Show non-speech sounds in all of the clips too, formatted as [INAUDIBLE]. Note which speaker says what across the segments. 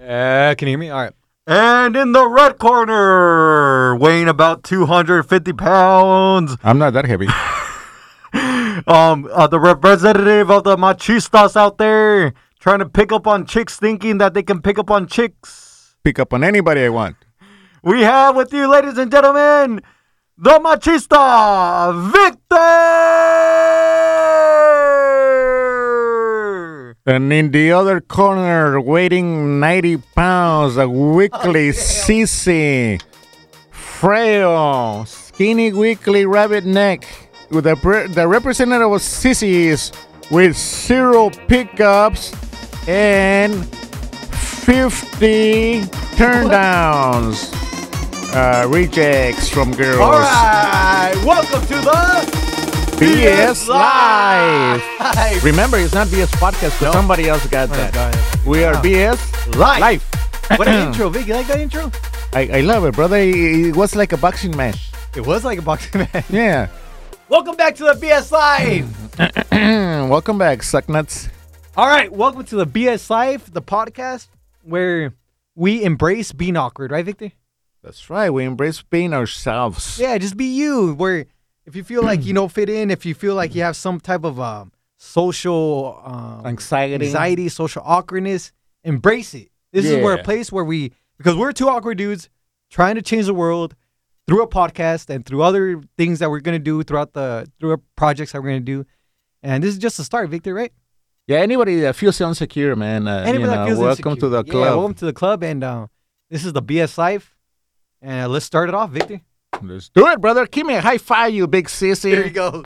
Speaker 1: Uh, can you hear me? All right.
Speaker 2: And in the red corner, weighing about 250 pounds,
Speaker 3: I'm not that heavy.
Speaker 2: um, uh, the representative of the machistas out there trying to pick up on chicks, thinking that they can pick up on chicks.
Speaker 3: Pick up on anybody I want.
Speaker 2: We have with you, ladies and gentlemen, the machista Victor.
Speaker 3: And in the other corner, weighing 90 pounds, a weekly sissy, frail, skinny weekly rabbit neck. With the, pre- the representative of sissies with zero pickups and 50 turndowns. Uh, rejects from girls.
Speaker 2: All right, welcome to the
Speaker 3: BS Live.
Speaker 2: Live.
Speaker 3: Remember, it's not BS Podcast because somebody else got that.
Speaker 1: got it.
Speaker 3: We are BS
Speaker 2: Live.
Speaker 3: Live.
Speaker 1: [LAUGHS] What an intro, Vic. You like that intro?
Speaker 3: I, I love it, brother. It, it was like a boxing match.
Speaker 1: It was like a boxing match.
Speaker 3: Yeah.
Speaker 1: [LAUGHS] Welcome back to the BS Live.
Speaker 3: [CLEARS THROAT] Welcome back, sucknuts.
Speaker 1: All right, welcome to the BS Live, the podcast where we embrace being awkward, right, Victor?
Speaker 3: That's right. We embrace being ourselves.
Speaker 1: Yeah, just be you. Where if you feel [CLEARS THROAT] like you don't fit in, if you feel like you have some type of um, social um,
Speaker 3: Anxiety.
Speaker 1: anxiety, social awkwardness, embrace it. This is where a
Speaker 3: Yeah.
Speaker 1: place where we because we're two awkward dudes trying to change the world through a podcast and through other things that we're gonna do throughout the through our projects that we're gonna do. And this is just the start, Victor, right?
Speaker 3: Yeah. Anybody that feels insecure, man. Uh,
Speaker 1: Anybody
Speaker 3: you
Speaker 1: that
Speaker 3: know,
Speaker 1: feels
Speaker 3: welcome
Speaker 1: insecure.
Speaker 3: to the
Speaker 1: Yeah,
Speaker 3: club.
Speaker 1: welcome to the club, and uh, this is the BS Life. And uh, let's start it off, Victor.
Speaker 3: Let's do it, brother. Give me a high five, you big sissy.
Speaker 1: go.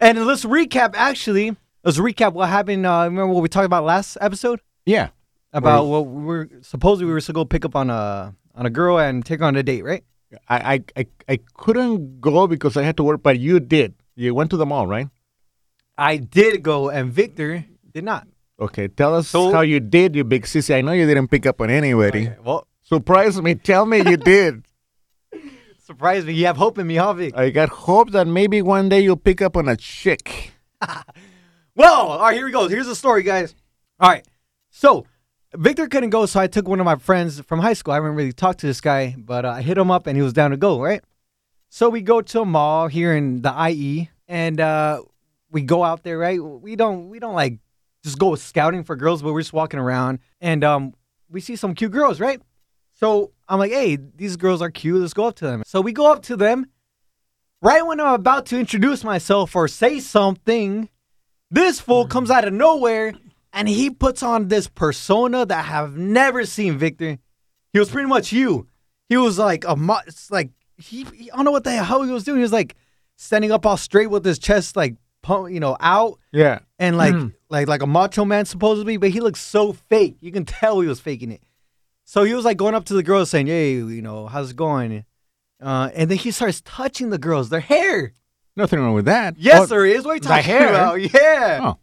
Speaker 1: And let's recap. Actually, let's recap what happened. Uh, remember what we talked about last episode
Speaker 3: Yeah.
Speaker 1: about what we were supposedly we were supposed to go pick up on a on a girl and take her on a date, right?
Speaker 3: I, I, I, I couldn't go because I had to work, but you did. You went to the mall, right?
Speaker 1: I did go, and Victor did not.
Speaker 3: Okay. Tell us
Speaker 1: So-
Speaker 3: how you did, you big sissy. I know you didn't pick up on anybody.
Speaker 1: Well,
Speaker 3: Surprise me. Tell me you did.
Speaker 1: surprise me. You have hope in me, huh,
Speaker 3: [LAUGHS]
Speaker 1: Vic?
Speaker 3: I got hope that maybe one day you'll pick up on a chick.
Speaker 1: Well, all right, here we go. Here's the story, guys. All right. So, Victor couldn't go, so I took one of my friends from high school. I haven't really talked to this guy, but uh, I hit him up and he was down to go, right? So, we go to a mall here in the IE and uh, we go out there, right? We don't we don't like just go scouting for girls, but we're just walking around and um, we see some cute girls, right? So, I'm like, "Hey, these girls are cute. Let's go up to them." So, we go up to them. Right when I'm about to introduce myself or say something, this fool comes out of nowhere and he puts on this persona that I have never seen, Victor. He was pretty much you. He was like a mo- it's like he, he- I don't know what the hell he was doing. He was like standing up all straight with his chest like pu- you know out
Speaker 3: Yeah.
Speaker 1: and like like like a macho man supposedly, but he looked so fake. You can tell he was faking it. So he was like going up to the girls saying, "Hey, you know, how's it going?" Uh, and then he starts touching the girls, their hair. Oh,
Speaker 3: Nothing wrong with that.
Speaker 1: Yes,
Speaker 3: Or
Speaker 1: there is. What are you
Speaker 3: the
Speaker 1: talking
Speaker 3: hair?
Speaker 1: about? Yeah.
Speaker 3: Oh.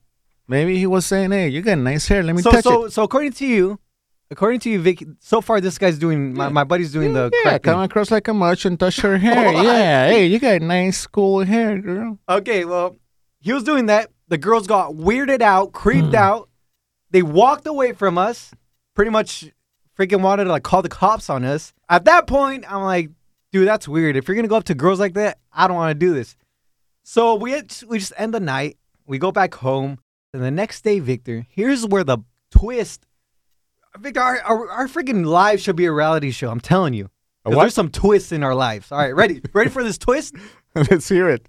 Speaker 3: Maybe he was saying, "Hey, you got nice hair. Let me
Speaker 1: so
Speaker 3: touch
Speaker 1: so
Speaker 3: it."
Speaker 1: so according to you, according to you, Vic, so far this guy's doing my, my buddy's doing the
Speaker 3: Yeah,
Speaker 1: correct thing.
Speaker 3: come across like a much and touch [LAUGHS] her hair. yeah, hey, you got nice, cool hair, girl.
Speaker 1: Okay, well, he was doing that. The girls got weirded out, creeped out. They walked away from us. Pretty much, freaking wanted to like call the cops on us. At that point, I'm like, dude, that's weird. If you're gonna go up to girls like that, I don't want to do this. So we had- we just end the night. We go back home, and the next day, Victor. Here's where the twist. Victor, our, our, our freaking life should be a reality show. I'm telling you. 'Cause
Speaker 3: what?
Speaker 1: There's some twists in our lives. All right, ready? ready for this twist?
Speaker 3: [LAUGHS] Let's hear it.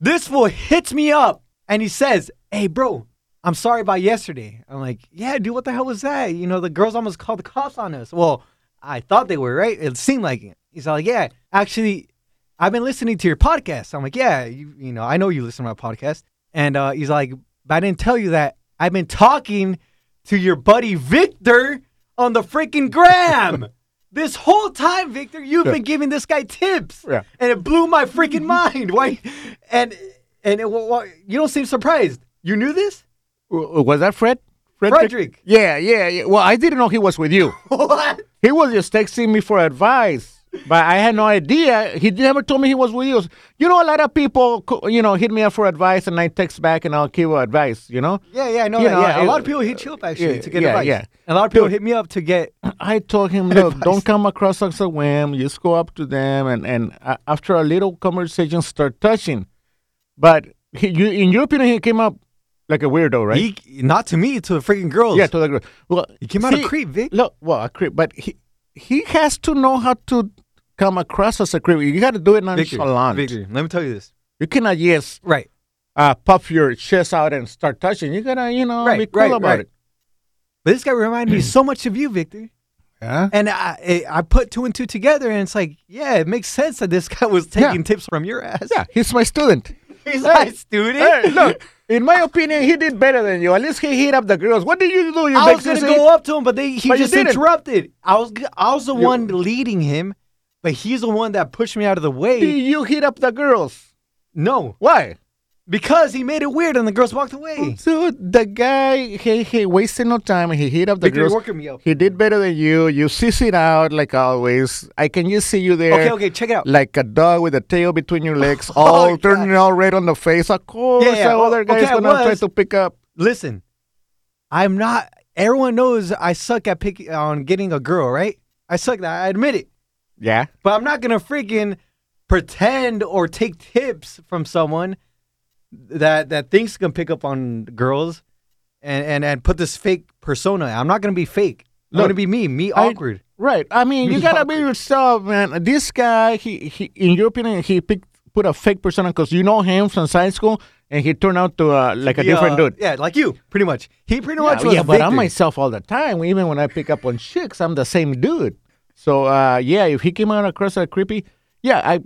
Speaker 1: This fool hits me up and he says, Hey, bro, I'm sorry about yesterday. I'm like, Yeah, dude, what the hell was that? You know, the girls almost called the cops on us. Well, I thought they were, right? It seemed like it. He's like, Yeah, actually, I've been listening to your podcast. I'm like, Yeah, you, you know, I know you listen to my podcast. And uh, he's like, But I didn't tell you that. I've been talking to your buddy Victor on the freaking gram. This whole time, Victor, you've been giving this guy tips,
Speaker 3: Yeah.
Speaker 1: and it blew my freaking [LAUGHS] mind. Why? And and it, wa- wa- you don't seem surprised. You knew this?
Speaker 3: W- Was that Fred?
Speaker 1: Frederick.
Speaker 3: Yeah, yeah, yeah. Well, I didn't know he was with you.
Speaker 1: [LAUGHS] What?
Speaker 3: he was just texting me for advice. But I had no idea. He never told me he was with you. You know, a lot of people, co- you know, hit me up for advice, and I text back, and I'll give advice. You know,
Speaker 1: Yeah, yeah, I know
Speaker 3: You
Speaker 1: that.
Speaker 3: know,
Speaker 1: yeah, a
Speaker 3: it-
Speaker 1: lot of people hit you up actually
Speaker 3: yeah,
Speaker 1: to get
Speaker 3: yeah,
Speaker 1: advice.
Speaker 3: yeah.
Speaker 1: a lot of people hit me up to get.
Speaker 3: I told him,
Speaker 1: [LAUGHS]
Speaker 3: look, don't come across as a whim. Just go up to them, and and uh, after a little conversation, start touching. But he, you, in your opinion, he came up like a weirdo, right?
Speaker 1: He, not to me, to the freaking girls.
Speaker 3: yeah, to the girl. Well,
Speaker 1: you came out a
Speaker 3: see,
Speaker 1: creep, Vic.
Speaker 3: Look, well, a creep, but he he has to know how to come across as a creep. You got to do it
Speaker 1: Victor,
Speaker 3: nonchalant.
Speaker 1: Victor, let me tell you this.
Speaker 3: You cannot yes
Speaker 1: Right,
Speaker 3: uh, puff your chest out and start touching. You gotta, you know,
Speaker 1: Right,
Speaker 3: be cool
Speaker 1: right,
Speaker 3: about
Speaker 1: right.
Speaker 3: it.
Speaker 1: but this guy reminded me so much of you, Victor.
Speaker 3: Yeah.
Speaker 1: And I, I- I put two and two together, and it's like, yeah, it makes sense that this guy was taking
Speaker 3: Yeah.
Speaker 1: tips from your ass.
Speaker 3: Yeah, he's my student.
Speaker 1: [LAUGHS] he's my
Speaker 3: Hey,
Speaker 1: student.
Speaker 3: Hey,
Speaker 1: [LAUGHS]
Speaker 3: look, in my opinion, he did better than you. At least he hit up the girls. What did you do? You
Speaker 1: I
Speaker 3: make
Speaker 1: was gonna
Speaker 3: sense-
Speaker 1: go up to him, but they, he
Speaker 3: But you
Speaker 1: just
Speaker 3: didn't.
Speaker 1: interrupted. I was g- I was the one leading him, but he's the one that pushed me out of the way.
Speaker 3: Did you hit up the girls?
Speaker 1: no,
Speaker 3: Why?
Speaker 1: because he made it weird, and the girls walked away.
Speaker 3: Dude, the guy, he, he wasted no time. He hit up the
Speaker 1: Victor, you're
Speaker 3: girls.
Speaker 1: working me up.
Speaker 3: He did better than you. You sis it out like always. I can just see you there.
Speaker 1: Okay, okay, check it out.
Speaker 3: Like a dog with a tail between your [LAUGHS] legs, all
Speaker 1: yeah.
Speaker 3: turning all red on the face. Of course,
Speaker 1: Yeah, yeah,
Speaker 3: the
Speaker 1: well,
Speaker 3: other guy's
Speaker 1: okay, I
Speaker 3: gonna try
Speaker 1: was.
Speaker 3: to pick up.
Speaker 1: Listen, I'm not. Everyone knows I suck at pick on getting a girl, right? I suck. at that. I admit it.
Speaker 3: Yeah.
Speaker 1: But I'm not gonna freaking pretend or take tips from someone that that thinks gonna pick up on girls and and and put this fake persona. I'm not gonna be fake. I'm
Speaker 3: Look,
Speaker 1: gonna be me. Me
Speaker 3: I-
Speaker 1: awkward.
Speaker 3: Right. I mean, you gotta be yourself, man. This guy, he, he in your opinion, he picked put a fake persona because you know him since high school, and he turned out to uh, like a
Speaker 1: Yeah,
Speaker 3: different dude.
Speaker 1: Yeah, like you, pretty much. He pretty much
Speaker 3: yeah,
Speaker 1: was.
Speaker 3: yeah, but I'm
Speaker 1: Victor.
Speaker 3: myself all the time. Even when I pick up on chicks, I'm the same dude. So uh, yeah, if he came out across as creepy, yeah, I,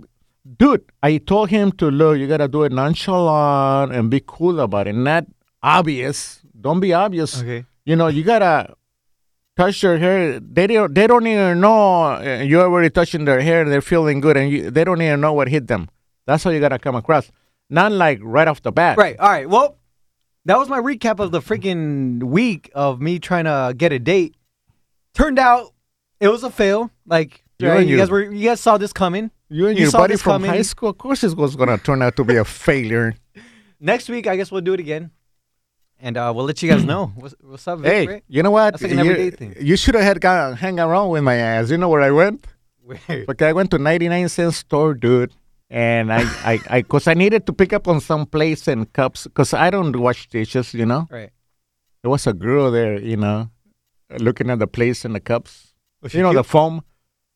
Speaker 3: dude, I told him to look. You gotta do it nonchalant and be cool about it. Not obvious. Don't be obvious.
Speaker 1: Okay.
Speaker 3: You know, you gotta touch their hair. They don't. They don't even know uh, you're already touching their hair. They're feeling good, and you, they don't even know what hit them. That's how you gotta come across. Not like right off the bat.
Speaker 1: Right. All right. Well, that was my recap of the freaking week of me trying to get a date. Turned out it was a fail. Like
Speaker 3: You
Speaker 1: right,
Speaker 3: and
Speaker 1: you
Speaker 3: you.
Speaker 1: guys were you guys saw this coming.
Speaker 3: You and
Speaker 1: You
Speaker 3: your
Speaker 1: saw
Speaker 3: buddy
Speaker 1: this
Speaker 3: from
Speaker 1: coming.
Speaker 3: high school, of course, it was going to turn out to be a
Speaker 1: [LAUGHS]
Speaker 3: failure.
Speaker 1: Next week, I guess we'll do it again, and uh, we'll let you guys know what's, what's up. Vic,
Speaker 3: Hmm. Hey,
Speaker 1: right?
Speaker 3: [LAUGHS] you know what?
Speaker 1: That's like an everyday
Speaker 3: you,
Speaker 1: thing.
Speaker 3: you should have had gone hang around with my ass. You know where I went?
Speaker 1: Where-
Speaker 3: Okay, I went to 99 cent store, dude. And
Speaker 1: [LAUGHS]
Speaker 3: I, I, I, cause I needed to pick up on some plates and cups, cause I don't wash dishes, you know.
Speaker 1: Right.
Speaker 3: There was a girl there, you know, looking at the plates and the cups.
Speaker 1: Was she
Speaker 3: you know
Speaker 1: [LAUGHS]
Speaker 3: the
Speaker 1: cute?
Speaker 3: foam.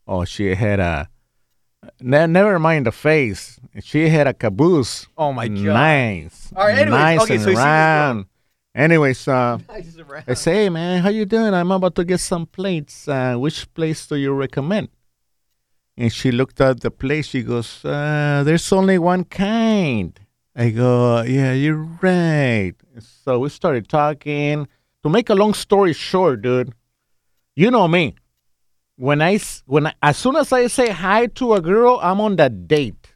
Speaker 3: Oh, she had a. Ne- never mind the face. She had a caboose.
Speaker 1: Oh my god.
Speaker 3: Nice.
Speaker 1: All right, anyways,
Speaker 3: nice
Speaker 1: okay,
Speaker 3: and
Speaker 1: so you see this girl.
Speaker 3: round. Anyways, uh,
Speaker 1: I just ran.
Speaker 3: I say, hey, man, how you doing? I'm about to get some plates. Uh, which place do you recommend? And she looked at the plate. She goes, uh, there's only one kind. I go, yeah, you're right. So we started talking. To make a long story short, dude, you know me. When I s- when I, as soon as I say hi to a girl, I'm on that date.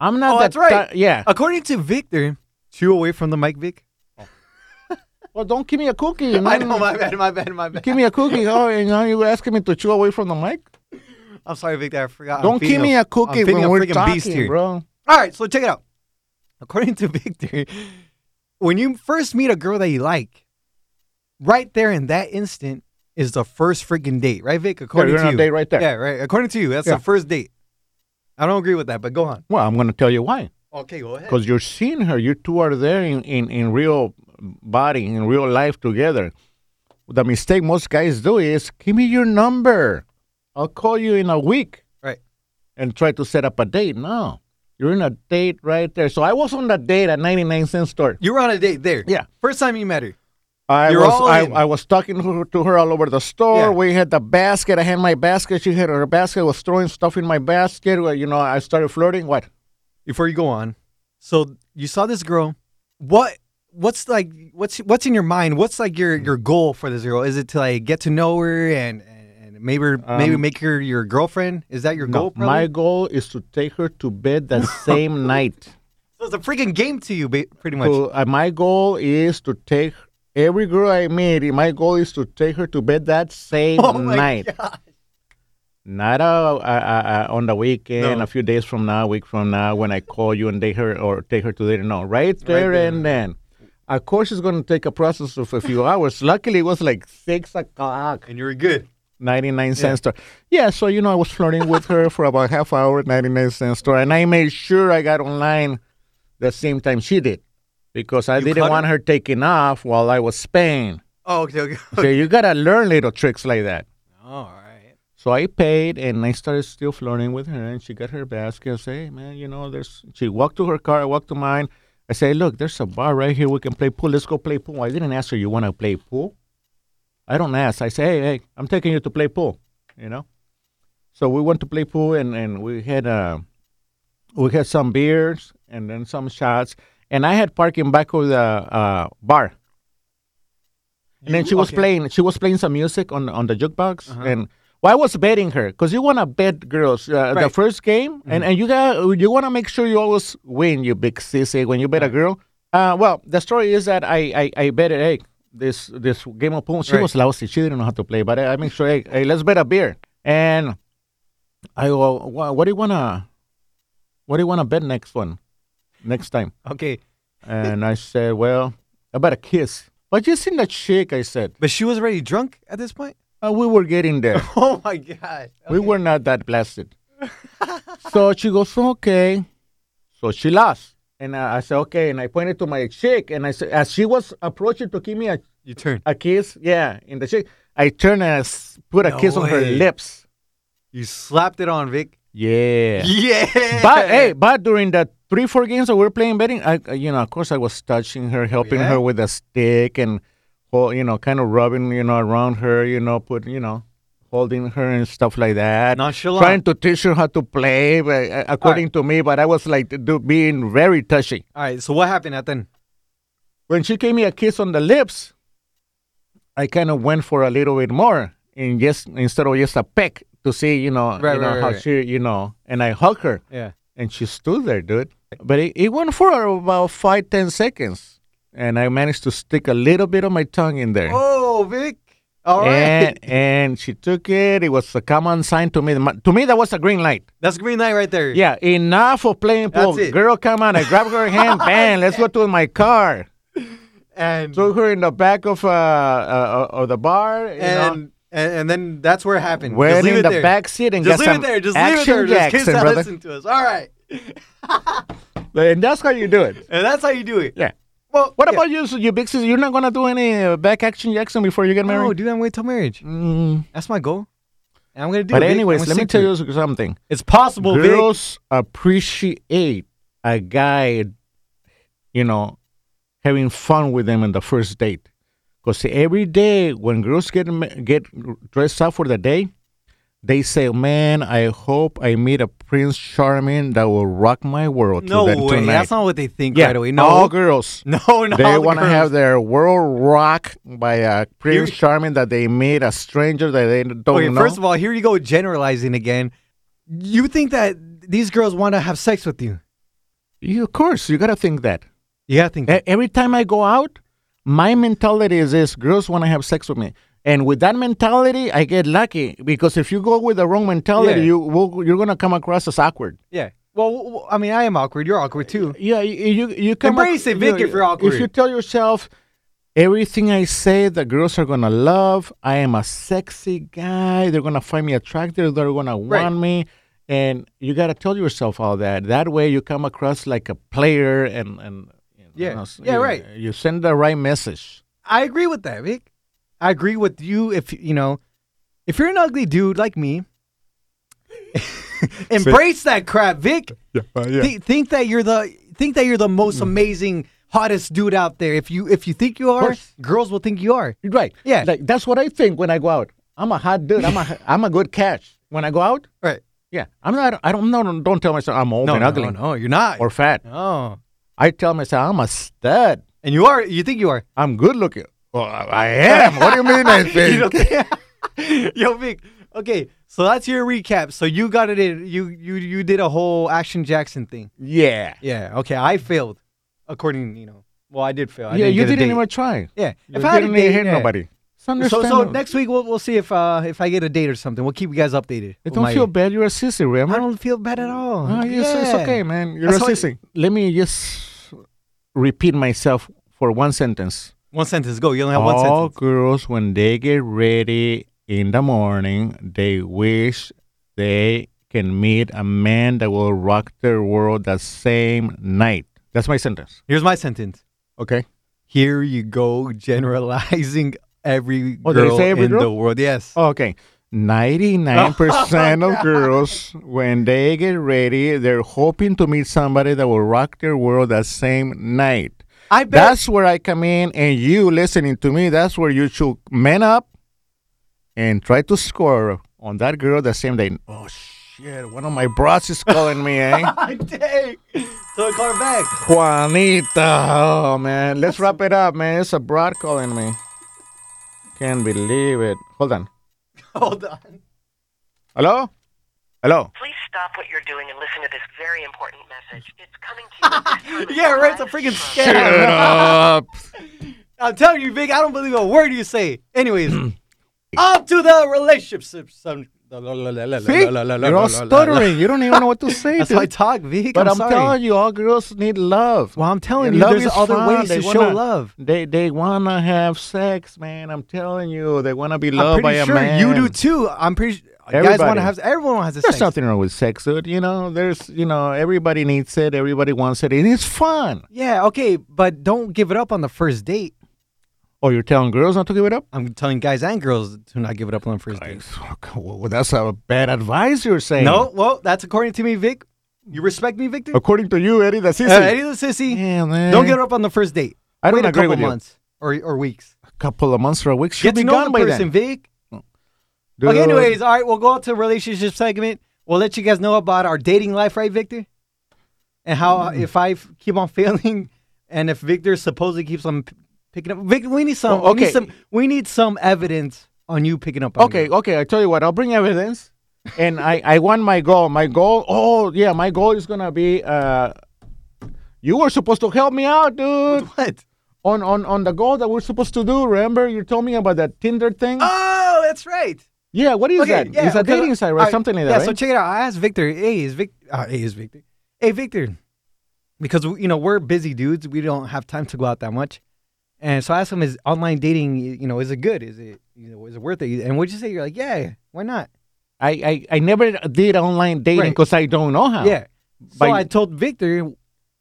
Speaker 3: I'm not.
Speaker 1: Oh,
Speaker 3: that
Speaker 1: that's right.
Speaker 3: ti- yeah.
Speaker 1: According to Victor, two away from the mic, Vic.
Speaker 3: Well, don't give me a cookie.
Speaker 1: [LAUGHS] I
Speaker 3: man.
Speaker 1: know. My bad. My bad. My bad.
Speaker 3: Give me a cookie. Oh, and now you're asking me to chew away from the mic?
Speaker 1: I'm sorry, Victor. I forgot. I'm
Speaker 3: Don't
Speaker 1: feeding
Speaker 3: give me a cookie
Speaker 1: I'm feeding
Speaker 3: when
Speaker 1: a
Speaker 3: we're
Speaker 1: freaking
Speaker 3: talking,
Speaker 1: beast here.
Speaker 3: bro.
Speaker 1: All right, so check it out. According to [LAUGHS] Victor, when you first meet a girl that you like, right there in that instant is the first freaking date, right, Vic? According
Speaker 3: you're
Speaker 1: to
Speaker 3: on a
Speaker 1: you,
Speaker 3: date right there.
Speaker 1: Yeah, right. According to you, that's
Speaker 3: Yeah.
Speaker 1: the first date. I don't agree with that, but go on.
Speaker 3: Well, I'm going to tell you why.
Speaker 1: Okay, go ahead.
Speaker 3: Because you're seeing her. You two are there in, in, in real body, in real life together. The mistake most guys do is give me your number. I'll call you in a week
Speaker 1: Right.
Speaker 3: and try to set up a date. No. You're in a date right there. So I was on that date at 99 cent store.
Speaker 1: You were on a date there.
Speaker 3: Yeah.
Speaker 1: First time you met her.
Speaker 3: I
Speaker 1: You're
Speaker 3: was
Speaker 1: all
Speaker 3: I,
Speaker 1: in.
Speaker 3: I was talking to her, to her all over the store.
Speaker 1: Yeah.
Speaker 3: We had the basket. I had my basket. She had her basket. I was throwing stuff in my basket. Well, you know, I started flirting. What?
Speaker 1: Before you go on, so you saw this girl. What? What's like? What's what's in your mind? What's like your your goal for this girl? Is it to like get to know her and and maybe maybe
Speaker 3: Um,
Speaker 1: make her your girlfriend? Is that your
Speaker 3: No,
Speaker 1: goal? probably?
Speaker 3: my goal is to take her to bed
Speaker 1: [LAUGHS]
Speaker 3: that same night.
Speaker 1: So it's a freaking game to you, ba- pretty much. [LAUGHS]
Speaker 3: So, uh, my goal is to take every
Speaker 1: [LAUGHS]
Speaker 3: girl I meet. My goal is to take her to bed that same
Speaker 1: Oh my
Speaker 3: night. Not uh, uh, uh, on the weekend,
Speaker 2: No.
Speaker 3: a few days from now, a week from now, when I call you and take her or take her to dinner. No, right there
Speaker 2: there.
Speaker 3: and then. Of course, it's going to take a process of
Speaker 2: [LAUGHS]
Speaker 3: a few hours. Luckily, it was like six o'clock,
Speaker 2: and you're good.
Speaker 3: 99 cent store. Yeah, so, you know, I was flirting with her for about half hour, 99 cent store. And I made sure I got online the same time she did because I
Speaker 2: You
Speaker 3: didn't
Speaker 2: caught
Speaker 3: want her taking off while I was spaying.
Speaker 2: [LAUGHS] Oh, okay,
Speaker 3: [LAUGHS]
Speaker 2: okay.
Speaker 3: So you got to learn little tricks like that.
Speaker 1: All right.
Speaker 3: So I paid and I started still flirting with her and she got her basket. I say, hey man, you know, there's she walked to her car, I walked to mine. I say, look, there's a bar right here. We can play pool. Let's go play pool. I didn't ask her, you want to play pool? I don't ask. I say, hey, hey, I'm taking you to play pool. You know. So we went to play pool and and we had uh, we had some beers and then some shots. And I had parking back of the uh, bar. And then she was
Speaker 2: Okay.
Speaker 3: playing. She was playing some music on on the jukebox,
Speaker 2: Uh-huh.
Speaker 3: and well, I was betting her because you want to bet girls uh, the
Speaker 1: Right.
Speaker 3: first game,
Speaker 2: Mm-hmm.
Speaker 3: and, and you got you want to make sure you always win. You big sissy when you bet a girl. Uh, well, the story is that I I, I bet it. Hey, this this game of pool. She
Speaker 2: Right.
Speaker 3: was lousy. She didn't know how to play, but uh, I, I make sure. Hey, hey, let's bet a beer. And I go, "Wha- what do you wanna, what do you wanna bet next one, next time?
Speaker 1: Okay.
Speaker 3: And I said, well, about a kiss. But you seen that chick? I said.
Speaker 1: But she was already drunk at this point? [LAUGHS]
Speaker 3: Uh, we were getting there.
Speaker 1: Oh my god.
Speaker 3: We were not that blasted. so she goes, okay. So she lost. And I, I said, okay. And I pointed to my cheek. And I said, as she was approaching to give me a,
Speaker 1: You turned.
Speaker 3: a kiss, yeah, in the cheek, I turned and I s- put a
Speaker 1: No
Speaker 3: kiss on her
Speaker 1: way.
Speaker 3: lips.
Speaker 1: You slapped it on, Vic.
Speaker 3: Yeah.
Speaker 1: Yeah.
Speaker 3: But hey, but during the three, four games that we were playing betting, I, I- you know, of course, I was touching her, helping
Speaker 1: yeah?
Speaker 3: her with a stick and, hol- you know, kind of rubbing, you know, around her, you know, put, you know, holding her and stuff like that.
Speaker 1: [LAUGHS] nonchalant.
Speaker 3: trying to teach her how to play, but, uh, according to me. But I was like do, being very touchy.
Speaker 1: All right. So what happened at then?
Speaker 3: When she gave me a kiss on the lips, I kind of went for a little bit more, and just instead of just a peck to see, you know,
Speaker 1: Right,
Speaker 3: you know
Speaker 1: right, right,
Speaker 3: how
Speaker 1: right.
Speaker 3: she, you know, and I hugged her,
Speaker 1: Yeah.
Speaker 3: and she stood there, dude. But it, it went for about five, ten seconds, and I managed to stick a little bit of my tongue in there.
Speaker 1: Oh, Vic. All right.
Speaker 3: And, and she took it. It was a common sign to me. To me, that was a green light.
Speaker 1: [LAUGHS] That's green light right
Speaker 3: [LAUGHS]
Speaker 1: there.
Speaker 3: Yeah, enough of playing pool.
Speaker 1: That's it.
Speaker 3: Girl, come on. I grabbed her
Speaker 1: [LAUGHS]
Speaker 3: hand. Bam, let's go to my car.
Speaker 1: And
Speaker 3: Threw her in the back of uh, uh of the bar. you know.
Speaker 1: and, and and then that's where it happened.
Speaker 3: Went
Speaker 1: Just leave
Speaker 3: in
Speaker 1: it
Speaker 3: the
Speaker 1: there.
Speaker 3: back seat and got
Speaker 1: Just leave it
Speaker 3: some
Speaker 1: there. Just leave it
Speaker 3: action
Speaker 1: there. Just kiss
Speaker 3: Jackson,
Speaker 1: that.
Speaker 3: brother.
Speaker 1: Listen to us. All right.
Speaker 3: [LAUGHS] And that's how you do it.
Speaker 1: And that's how you do it.
Speaker 3: Yeah.
Speaker 1: Well,
Speaker 3: What
Speaker 1: yeah.
Speaker 3: about you, so you big sister? You're not gonna do any uh, back action Jackson before you get
Speaker 1: No,
Speaker 3: married.
Speaker 1: dude, I'm waiting till marriage.
Speaker 3: Mm.
Speaker 1: That's my goal. And I'm gonna do
Speaker 3: But
Speaker 1: it. Vic. I'm
Speaker 3: anyways,
Speaker 1: gonna
Speaker 3: let me
Speaker 1: stick
Speaker 3: tell
Speaker 1: to
Speaker 3: you
Speaker 1: it.
Speaker 3: something.
Speaker 1: it's possible, Vic.
Speaker 3: Girls appreciate a guy, you know, having fun with them on the first date. Because every day when girls get ma- get dressed up for the day, they say, "Man, I hope I meet a Prince Charming that will rock my world."
Speaker 1: No
Speaker 3: to
Speaker 1: way.
Speaker 3: them Tonight.
Speaker 1: That's not what they think
Speaker 3: yeah,
Speaker 1: right away. No,
Speaker 3: all girls.
Speaker 1: [LAUGHS] no, no.
Speaker 3: They
Speaker 1: the
Speaker 3: want to
Speaker 1: girls.
Speaker 3: have their world rocked by a Prince Charming that they meet a stranger that they don't
Speaker 1: Okay,
Speaker 3: know.
Speaker 1: first of all, here you go generalizing again. You think that these girls want to have sex with you?
Speaker 3: you, of course, you gotta think that.
Speaker 1: You gotta think.
Speaker 3: E- Every time I go out, my mentality is this girls want to have sex with me. And with that mentality, I get lucky because if you go with the wrong mentality,
Speaker 1: Yeah.
Speaker 3: you will, you're gonna come across as awkward.
Speaker 1: yeah. Well, w- w- I mean, I am awkward. You're awkward too.
Speaker 3: Yeah, you you, you come
Speaker 1: Embrace it, Vic,
Speaker 3: you-
Speaker 1: if you're awkward.
Speaker 3: If you tell yourself everything I say, the girls are gonna love. I am a sexy guy. They're gonna find me attractive. They're gonna
Speaker 1: Right.
Speaker 3: want me. And you gotta tell yourself all that. That way, you come across like a player, and and you know,
Speaker 1: Yeah.
Speaker 3: s-
Speaker 1: Yeah,
Speaker 3: you-
Speaker 1: right.
Speaker 3: You send the right message.
Speaker 1: I agree with that, Vic. I agree with you. If you know, if you're an ugly dude like me, [LAUGHS] embrace that crap, Vic.
Speaker 3: Yeah, uh, yeah. Mm.
Speaker 1: Thi- think that you're the think that you're the most amazing, hottest dude out there. If you if you think you are,
Speaker 3: course.
Speaker 1: girls will think you are.
Speaker 3: right.
Speaker 1: Yeah.
Speaker 3: Like that's what I think when I go out. I'm a hot dude. I'm a [LAUGHS] I'm a good catch. When I go out,
Speaker 1: Right?
Speaker 3: yeah, I'm not. I don't no, no, Don't tell myself I'm old
Speaker 1: No,
Speaker 3: and
Speaker 1: no,
Speaker 3: ugly
Speaker 1: no, you're not.
Speaker 3: or fat.
Speaker 1: oh,
Speaker 3: I tell myself I'm a stud.
Speaker 1: and you are. You think you
Speaker 3: [LAUGHS]
Speaker 1: are.
Speaker 3: I'm good looking. Well, I I am. what do you mean?
Speaker 1: [LAUGHS]
Speaker 3: I
Speaker 1: You
Speaker 3: think.
Speaker 1: don't- Yo, Vic. Okay, so that's your recap. So you got it in. You you you did a whole Action Jackson thing.
Speaker 3: yeah.
Speaker 1: Yeah. Okay, I failed. According, you know. Well, I did fail. I
Speaker 3: yeah.
Speaker 1: didn't
Speaker 3: You
Speaker 1: get a
Speaker 3: didn't
Speaker 1: date.
Speaker 3: even try.
Speaker 1: Yeah.
Speaker 3: You
Speaker 1: if I had a
Speaker 3: didn't
Speaker 1: date,
Speaker 3: hit
Speaker 1: yeah.
Speaker 3: nobody. It's
Speaker 1: So,
Speaker 3: understandable.
Speaker 1: so next week we'll, we'll see if uh, if I get a date or something. We'll keep you guys updated.
Speaker 3: I
Speaker 1: with
Speaker 3: don't
Speaker 1: Oh my-
Speaker 3: feel bad. You're a sissy,
Speaker 1: I
Speaker 3: remember?
Speaker 1: don't feel bad at all.
Speaker 3: No, it's, it's
Speaker 1: Yeah.
Speaker 3: okay, man. You're
Speaker 1: That's
Speaker 3: a
Speaker 1: why-
Speaker 3: sissy. Let me just repeat myself for one sentence.
Speaker 1: One sentence. Go. You only have one
Speaker 3: All
Speaker 1: sentence.
Speaker 3: girls, when they get ready in the morning, they wish they can meet a man that will rock their world that same night. That's my sentence.
Speaker 1: Here's my sentence.
Speaker 3: Okay.
Speaker 1: Here you go, generalizing every
Speaker 3: Oh, did it
Speaker 1: girl
Speaker 3: say every
Speaker 1: in the
Speaker 3: girl? Oh,
Speaker 1: world. Yes.
Speaker 3: Okay.
Speaker 1: [LAUGHS] Oh,
Speaker 3: 99% of girls, when they get ready, they're hoping to meet somebody that will rock their world that same night.
Speaker 1: I bet. [LAUGHS]
Speaker 3: That's where I come in, and you listening to me, that's where you should man up and try to score on that girl the same day. Oh, shit, one of my bros is calling me,
Speaker 1: [LAUGHS]
Speaker 3: eh?
Speaker 1: Dang. So I call her back. [LAUGHS]
Speaker 3: Juanita. Oh, man. Let's wrap it up, man. It's a broad calling me. Can't believe it. Hold on.
Speaker 1: Hold on.
Speaker 3: Hello? Hello?
Speaker 4: Please stop what you're doing and listen to this very important message. It's coming
Speaker 1: [LAUGHS]
Speaker 4: to you. at this time of
Speaker 1: Yeah,
Speaker 4: your
Speaker 1: right. It's a
Speaker 4: life.
Speaker 1: freaking scam.
Speaker 3: up.
Speaker 1: I'm telling you, Vic. I don't believe a word you say. Anyways,
Speaker 3: Mm.
Speaker 1: [CLEARS THROAT] up to the relationships. Some-
Speaker 3: [LAUGHS] See? You're all stuttering. You don't even know what to say.
Speaker 1: [LAUGHS] That's how I
Speaker 3: dude.
Speaker 1: talk, Vic.
Speaker 3: But
Speaker 1: I'm,
Speaker 3: I'm,
Speaker 1: sorry.
Speaker 3: telling you, all girls need love.
Speaker 1: Well, I'm telling
Speaker 3: And
Speaker 1: you,
Speaker 3: love
Speaker 1: there's
Speaker 3: is
Speaker 1: other
Speaker 3: fun.
Speaker 1: ways
Speaker 3: They
Speaker 1: to show
Speaker 3: wanna-
Speaker 1: love.
Speaker 3: They they wanna have sex, man. I'm telling you, they wanna be loved
Speaker 1: I'm
Speaker 3: by
Speaker 1: pretty
Speaker 3: a
Speaker 1: sure
Speaker 3: man.
Speaker 1: you do too. I'm pretty. Sure, guys
Speaker 3: Everybody.
Speaker 1: want to have. Everyone has a
Speaker 3: There's
Speaker 1: sex.
Speaker 3: nothing wrong with sex, dude. You know, there's you know, everybody needs it. Everybody wants it, and it's fun.
Speaker 1: Yeah. Okay, but don't give it up on the first date.
Speaker 3: Oh, you're telling girls not to give it up?
Speaker 1: I'm telling guys and girls to not give it up on the first date.
Speaker 3: Well, that's a bad advice you're saying.
Speaker 1: No, well, that's according to me, Vic. You respect me, Victor?
Speaker 3: according to you, Eddie, that's
Speaker 1: Uh,
Speaker 3: easy.
Speaker 1: Eddie the sissy.
Speaker 3: Yeah, man.
Speaker 1: Don't get up on the first date.
Speaker 3: I don't
Speaker 1: Wait a
Speaker 3: agree
Speaker 1: couple
Speaker 3: with you.
Speaker 1: months or or weeks.
Speaker 3: a couple of months or a week. Should
Speaker 1: Get
Speaker 3: be
Speaker 1: to know
Speaker 3: gone
Speaker 1: the
Speaker 3: by then.
Speaker 1: person, Vic.
Speaker 3: Dude.
Speaker 1: Okay, anyways, all right, we'll go out to the relationship segment. We'll let you guys know about our dating life, right, Victor? And how uh, if I f- keep on [LAUGHS] failing, and if Victor supposedly keeps on p- picking up, Victor, we need some.
Speaker 3: Oh,
Speaker 1: We need
Speaker 3: okay.
Speaker 1: some. We need some evidence on you picking up. On
Speaker 3: Okay,
Speaker 1: me.
Speaker 3: okay. I tell you what, I'll bring evidence, and I I want my goal. My goal. Oh yeah, my goal is gonna be. Uh, you were supposed to help me out, dude.
Speaker 1: [LAUGHS] What?
Speaker 3: On on on the goal that we're supposed to do. Remember, you told me about that Tinder thing.
Speaker 1: Oh, that's right.
Speaker 3: yeah. What is
Speaker 1: okay,
Speaker 3: that?
Speaker 1: yeah,
Speaker 3: it's a
Speaker 1: okay,
Speaker 3: dating site,
Speaker 1: all
Speaker 3: right?
Speaker 1: right,
Speaker 3: Something like
Speaker 1: yeah,
Speaker 3: that.
Speaker 1: so
Speaker 3: right?
Speaker 1: check it out. I asked Victor, hey, is Vic, uh, hey, is Victor, hey, Victor, because you know we're busy dudes, we don't have time to go out that much, and so I asked him, is online dating, you know, is it good? Is it, you know, is it worth it? And what'd you say? You're like, yeah, why not?
Speaker 3: I, I I never did online dating
Speaker 1: Right.
Speaker 3: because I don't know how.
Speaker 1: Yeah. So
Speaker 3: Oh. By-
Speaker 1: I told Victor,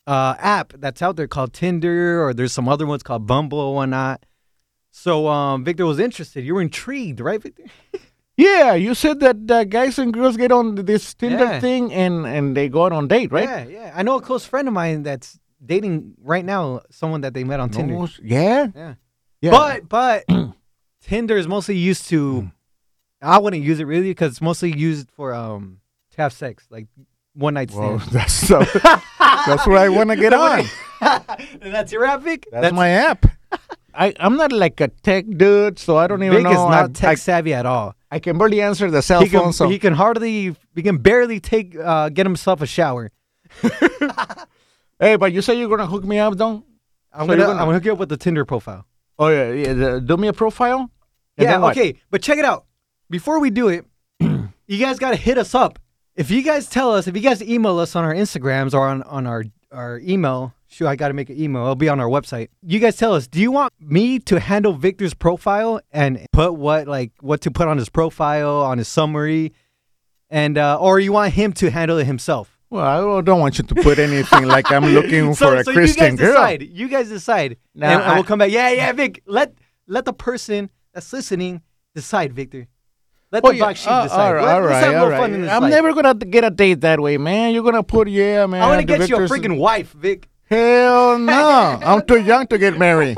Speaker 1: uh, app that's out there called Tinder, or there's some other ones called Bumble and whatnot. So um, Victor was interested. You were intrigued, right, Victor?
Speaker 3: Yeah. You said that uh, guys and girls get on this Tinder
Speaker 1: Yeah.
Speaker 3: thing and and they go out on date, right?
Speaker 1: Yeah, yeah. I know a close friend of mine that's dating right now someone that they met on Tinder.
Speaker 3: No, yeah.
Speaker 1: Yeah.
Speaker 3: Yeah.
Speaker 1: But but [CLEARS THROAT] Tinder is mostly used to. I wouldn't use it really because it's mostly used for um to have sex, like one night
Speaker 3: Well, [LAUGHS]
Speaker 1: stands.
Speaker 3: that's so, that's where I want to get on.
Speaker 1: And that's your app, Vic.
Speaker 3: That's, my app. [LAUGHS] I, I'm not like a tech dude, so I don't even
Speaker 1: Vic
Speaker 3: know.
Speaker 1: is not
Speaker 3: I,
Speaker 1: tech savvy at all.
Speaker 3: I, I can barely answer the cell
Speaker 1: He
Speaker 3: phone.
Speaker 1: can,
Speaker 3: so
Speaker 1: he can hardly, he can barely take, uh, get himself a shower.
Speaker 3: hey, but you say you're gonna hook me up, don't?
Speaker 1: I'm
Speaker 3: So you're
Speaker 1: gonna,
Speaker 3: gonna-
Speaker 1: I'm gonna hook you up with the Tinder profile.
Speaker 3: Oh yeah, yeah the- do me a profile. and
Speaker 1: yeah,
Speaker 3: then what?
Speaker 1: okay, but check it out. Before we do
Speaker 3: [CLEARS THROAT]
Speaker 1: it, you guys gotta hit us up. If you guys tell us, if you guys email us on our Instagrams or on, on our our email, shoot, I gotta make an email. It'll be on our website. You guys tell us, do you want me to handle Victor's profile and put what like what to put on his profile, on his summary, and uh, or you want him to handle it himself?
Speaker 3: Well, I don't- don't want you to put anything like I'm looking
Speaker 1: [LAUGHS] so,
Speaker 3: for a
Speaker 1: so
Speaker 3: Christian
Speaker 1: you guys
Speaker 3: girl.
Speaker 1: decide. You guys decide.
Speaker 3: Nah,
Speaker 1: and, and
Speaker 3: I-
Speaker 1: we'll come back. Yeah, yeah, Vic. Let let the person that's listening decide, Victor. Let
Speaker 3: Oh,
Speaker 1: the
Speaker 3: yeah.
Speaker 1: black sheep
Speaker 3: Uh,
Speaker 1: decide.
Speaker 3: all right,
Speaker 1: Let-
Speaker 3: all
Speaker 1: let's
Speaker 3: right,
Speaker 1: have a
Speaker 3: all
Speaker 1: little fun
Speaker 3: right.
Speaker 1: in this
Speaker 3: I'm
Speaker 1: life.
Speaker 3: never gonna get a date that way, man. You're gonna put yeah, man.
Speaker 1: I want to
Speaker 3: the
Speaker 1: get you a
Speaker 3: Victor's-
Speaker 1: freaking wife, Vic.
Speaker 3: Hell
Speaker 1: [LAUGHS]
Speaker 3: no. I'm too young to get married.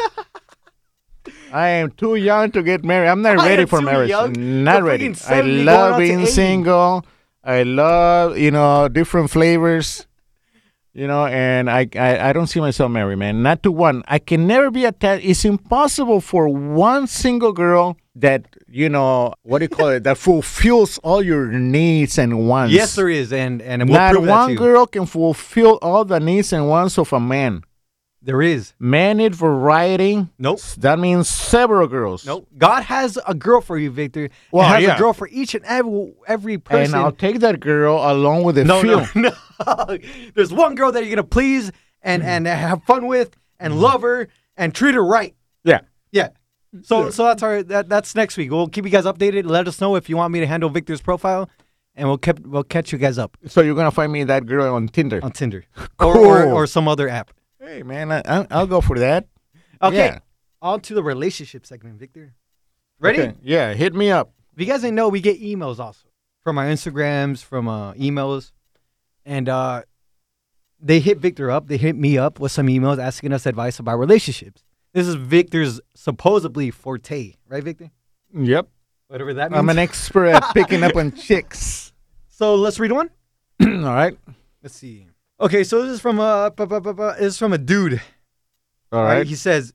Speaker 3: I am too young to get married. I'm not
Speaker 1: I
Speaker 3: ready
Speaker 1: am
Speaker 3: for
Speaker 1: too
Speaker 3: marriage.
Speaker 1: young.
Speaker 3: Not
Speaker 1: You're
Speaker 3: ready.
Speaker 1: freaking
Speaker 3: I
Speaker 1: 70 going on
Speaker 3: love
Speaker 1: to
Speaker 3: being
Speaker 1: 80.
Speaker 3: single. I love, you know, different flavors. You know, and I, I I don't see myself married, man. Not to one. I can never be attached. It's impossible for one single girl that, you know, what do you call it? That fulfills all your needs and wants.
Speaker 1: Yes, there is, and and we'll
Speaker 3: Not
Speaker 1: prove that
Speaker 3: one
Speaker 1: to you.
Speaker 3: girl can fulfill all the needs and wants of a man.
Speaker 1: There is.
Speaker 3: Man it for writing.
Speaker 1: Nope.
Speaker 3: That means several girls.
Speaker 1: Nope. God has a girl for you, Victor.
Speaker 3: Well,
Speaker 1: Well, has
Speaker 3: yeah.
Speaker 1: a girl for each and every every
Speaker 3: And
Speaker 1: person.
Speaker 3: I'll take that girl along with the
Speaker 1: no,
Speaker 3: few.
Speaker 1: no, [LAUGHS] no. There's one girl that you're gonna please and and have fun with and love her and treat her right.
Speaker 3: Mm-hmm. Yeah.
Speaker 1: Yeah. So so that's our that, that's next week. We'll keep you guys updated. Let us know if you want me to handle Victor's profile, and we'll keep we'll catch you guys up
Speaker 3: So you're gonna find me that girl on Tinder.
Speaker 1: on Tinder or, or
Speaker 3: Cool.
Speaker 1: or some other app.
Speaker 3: Hey man, I, I'll- I'll go for that.
Speaker 1: Okay.
Speaker 3: Yeah.
Speaker 1: On to the relationship segment, Victor. Ready?
Speaker 3: Okay. Yeah, hit me up.
Speaker 1: If you guys didn't know, we get emails also from our Instagrams, from uh, emails, and uh, they hit Victor up. They hit me up with some emails asking us advice about relationships. This is Victor's supposedly forte, right, Victor?
Speaker 3: Yep.
Speaker 1: Whatever that means.
Speaker 3: I'm an expert at picking up on chicks.
Speaker 1: so let's read one.
Speaker 3: [COUGHS] All right.
Speaker 1: Let's see. Okay, so this is from uh, a this is from a dude.
Speaker 3: All
Speaker 1: Right?
Speaker 3: right.
Speaker 1: He says,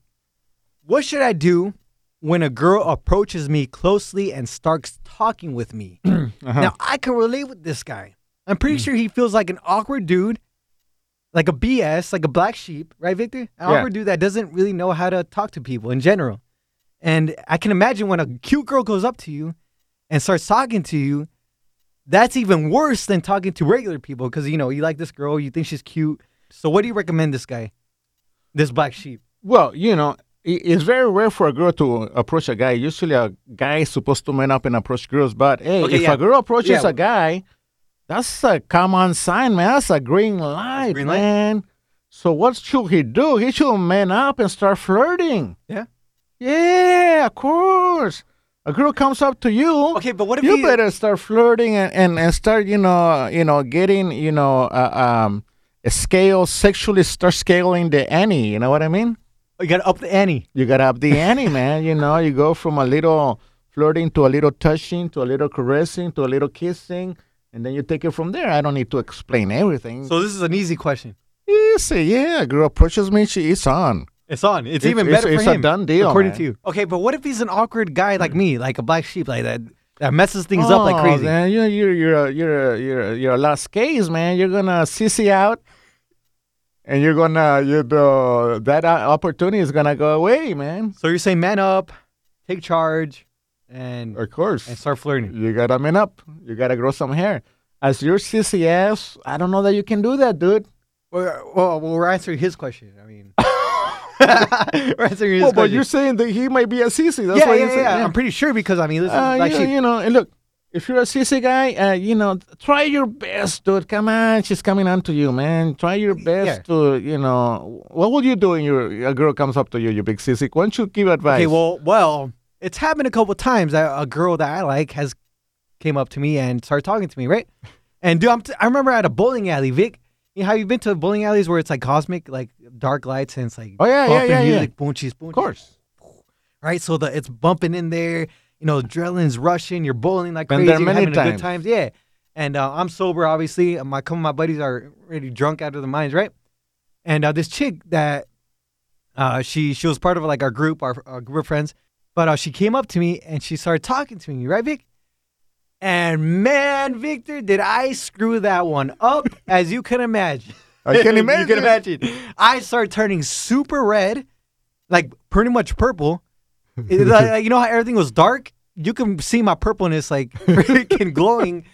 Speaker 1: "What should I do when a girl approaches me closely and starts talking with me?"
Speaker 3: Uh-huh.
Speaker 1: Now I can relate with this guy. I'm pretty sure he feels like an awkward dude, like a BS, like a black sheep, right, Victor? An
Speaker 3: Yeah.
Speaker 1: awkward dude that doesn't really know how to talk to people in general. And I can imagine when a cute girl goes up to you and starts talking to you, that's even worse than talking to regular people because you know you like this girl, you think she's cute. So what do you recommend this guy, this black sheep?
Speaker 3: Well, you know, i- it's very rare for a girl to approach a guy. Usually, a guy is supposed to man up and approach girls. But hey,
Speaker 1: Okay,
Speaker 3: if
Speaker 1: yeah.
Speaker 3: a girl approaches
Speaker 1: Yeah.
Speaker 3: a guy, that's a common sign, man. That's a green light,
Speaker 1: green light.
Speaker 3: man. So what should he do? He should man up and start flirting.
Speaker 1: Yeah.
Speaker 3: Yeah, of course. A girl comes up to you.
Speaker 1: Okay, but what if
Speaker 3: you
Speaker 1: he-
Speaker 3: better start flirting and, and, and start you know you know getting you know uh, um scale sexually start scaling the any you know what i mean
Speaker 1: You gotta up the ante.
Speaker 3: you gotta up the ante man you know you go from a little flirting to a little touching to a little caressing to a little kissing and then you take it from there i don't need to explain everything
Speaker 1: So this is an easy question.
Speaker 3: easy yeah a girl approaches me she is on
Speaker 1: It's on. It's,
Speaker 3: It's-
Speaker 1: even
Speaker 3: it's-
Speaker 1: better for
Speaker 3: it's a
Speaker 1: him,
Speaker 3: done deal,
Speaker 1: according
Speaker 3: man.
Speaker 1: to you. Okay, but what if he's an awkward guy like me, like a black sheep, like that, that messes things up like
Speaker 3: Oh,
Speaker 1: crazy?
Speaker 3: Man, you're you're you're a, you're a, you're a, you're a lost case, man. You're gonna sissy out, and you're gonna you the that uh, opportunity is gonna go away, man.
Speaker 1: So you're saying man up, take charge, and
Speaker 3: Of course,
Speaker 1: and start flirting.
Speaker 3: you gotta man up. You gotta grow some hair. As your sissy ass, I don't know that you can do that, dude.
Speaker 1: Well, well, we're answering his question. I mean, [LAUGHS] we're answering his
Speaker 3: Well, but
Speaker 1: question.
Speaker 3: you're saying that he might be a sissy. That's
Speaker 1: yeah,
Speaker 3: why
Speaker 1: yeah,
Speaker 3: you
Speaker 1: yeah,
Speaker 3: say,
Speaker 1: yeah. I'm pretty sure because I mean, listen,
Speaker 3: Uh,
Speaker 1: black
Speaker 3: you,
Speaker 1: sheep.
Speaker 3: you know, and look, if you're a sissy guy, uh, you know, try your best, dude. Come on, she's coming on to you, man. Try your best to, you know, what would you do when your a girl comes up to you, you big sissy? Why don't you give advice?
Speaker 1: Okay, well, well, it's happened a couple times that a girl that I like has came up to me and started talking to me, right? And dude, I'm t- I remember at a bowling alley, Vic. You know how you've been to bowling alleys where it's like cosmic, like dark lights, and it's like
Speaker 3: Oh, yeah, yeah,
Speaker 1: bumping
Speaker 3: yeah, yeah.
Speaker 1: music, boom, cheese, boom,
Speaker 3: of course.
Speaker 1: right? So the it's bumping in there, you know, adrenaline's rushing, you're bowling like
Speaker 3: Been
Speaker 1: crazy,
Speaker 3: there
Speaker 1: you're
Speaker 3: many
Speaker 1: having a good
Speaker 3: times.
Speaker 1: time, yeah. And uh, I'm sober, obviously. My couple of my buddies are already drunk out of their minds, right? And uh, this chick that uh, she she was part of like our group, our, our group of friends, but uh, she came up to me and she started talking to me, right, Vic? And man, Victor, did I screw that one up, [LAUGHS] as you can imagine.
Speaker 3: I can
Speaker 1: [LAUGHS] you can
Speaker 3: imagine.
Speaker 1: imagine.
Speaker 3: [LAUGHS]
Speaker 1: I started turning super red, like pretty much purple. [LAUGHS] It- like- like, you know how everything was dark? You can see my purpleness like [LAUGHS] freaking glowing.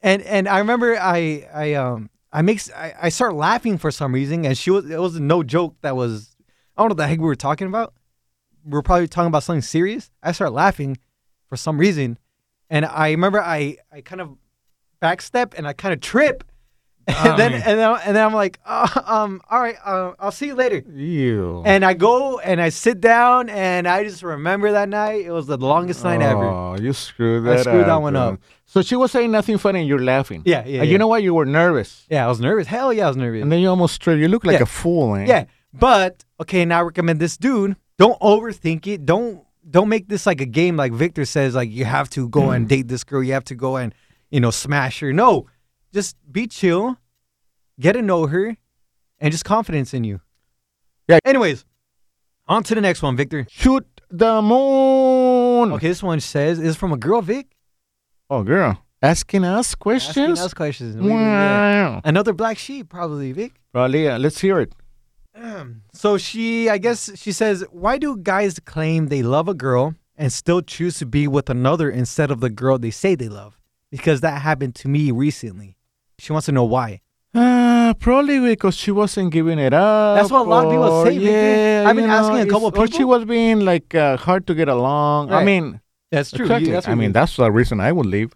Speaker 1: And and I remember I I um I makes I, I start laughing for some reason and she was it was no joke that was I don't know what the heck we were talking about. We were probably talking about something serious. I start laughing for some reason. And I remember I I kind of backstep and I kind of trip. [LAUGHS] And
Speaker 3: Oh,
Speaker 1: then
Speaker 3: man.
Speaker 1: and then, and then I'm like, uh, um, all right, uh, I'll see you later.
Speaker 3: Ew.
Speaker 1: And I go and I sit down and I just remember that night. It was the longest night ever.
Speaker 3: Oh, you screwed
Speaker 1: I
Speaker 3: that
Speaker 1: screwed that
Speaker 3: up,
Speaker 1: one
Speaker 3: dude.
Speaker 1: up.
Speaker 3: So she was saying nothing funny and you're laughing.
Speaker 1: Yeah, yeah,
Speaker 3: And
Speaker 1: yeah.
Speaker 3: Uh, You know what? You were nervous.
Speaker 1: Yeah, I was nervous. Hell yeah, I was nervous.
Speaker 3: And then you almost tripped. You look like
Speaker 1: Yeah.
Speaker 3: a fool, man.
Speaker 1: yeah, but okay, now I recommend this dude. Don't overthink it. Don't don't make this like a game. Like Victor says, like you have to go
Speaker 3: [CLEARS THROAT]
Speaker 1: and date this girl. You have to go and you know smash her. No, just be chill, get to know her, and just confidence in you.
Speaker 3: Yeah.
Speaker 1: Anyways, on to the next one, Victor.
Speaker 3: Shoot the moon.
Speaker 1: Okay, this one says is from a girl, Vic.
Speaker 3: Oh, girl. Asking us
Speaker 1: Asking
Speaker 3: questions?
Speaker 1: us questions. We- we- yeah.
Speaker 3: Wow.
Speaker 1: Another black sheep, probably, uh, Vic.
Speaker 3: Well, Leah, let's hear it.
Speaker 1: So she, I guess, she says, why do guys claim they love a girl and still choose to be with another instead of the girl they say they love? Because that happened to me recently. She wants to know why.
Speaker 3: Uh, probably because she wasn't giving it up.
Speaker 1: That's what a lot of people
Speaker 3: or-
Speaker 1: say, Vicky.
Speaker 3: Yeah,
Speaker 1: I've been
Speaker 3: you
Speaker 1: asking a
Speaker 3: it's-
Speaker 1: couple of
Speaker 3: Or she
Speaker 1: people.
Speaker 3: was being like uh, hard to get along. I
Speaker 1: Right.
Speaker 3: mean,
Speaker 1: That's
Speaker 3: exactly. I mean, that's the reason I would
Speaker 1: [LAUGHS]
Speaker 3: leave.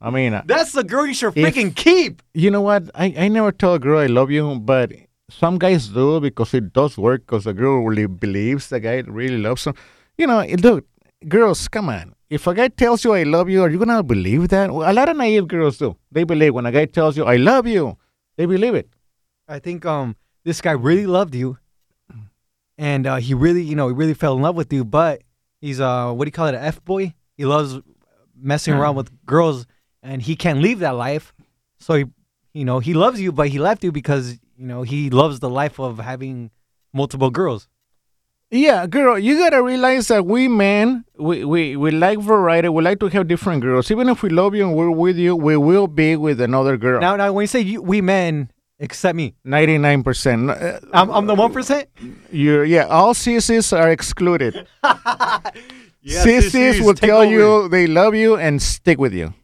Speaker 3: I mean, uh,
Speaker 1: that's the girl you should
Speaker 3: If-
Speaker 1: freaking keep.
Speaker 3: you know what? I, I never tell a girl I love you, but some guys do because it does work because the girl really believes the guy really loves her. You know, it- look, girls, come on. If a guy tells you I love you, are you gonna believe that? Well, a lot of naive girls do. They believe when a guy tells you I love you, they believe it.
Speaker 1: I think um this guy really loved you, and uh, he really, you know, he really fell in love with you. But he's uh, what do you call it, an f boy? He loves messing around with girls, and he can't leave that life. So he, you know, he loves you, but he left you because you know he loves the life of having multiple girls.
Speaker 3: Yeah, girl, you gotta realize that we men, we, we, we like variety. We like to have different girls. Even if we love you and we're with you, we will be with another girl.
Speaker 1: Now, now, when you say you, we men, except me,
Speaker 3: Ninety-nine percent. Uh,
Speaker 1: I'm, I'm the one percent.
Speaker 3: you're yeah. All sissies are excluded. sissies, will tell you they love you and stick with you,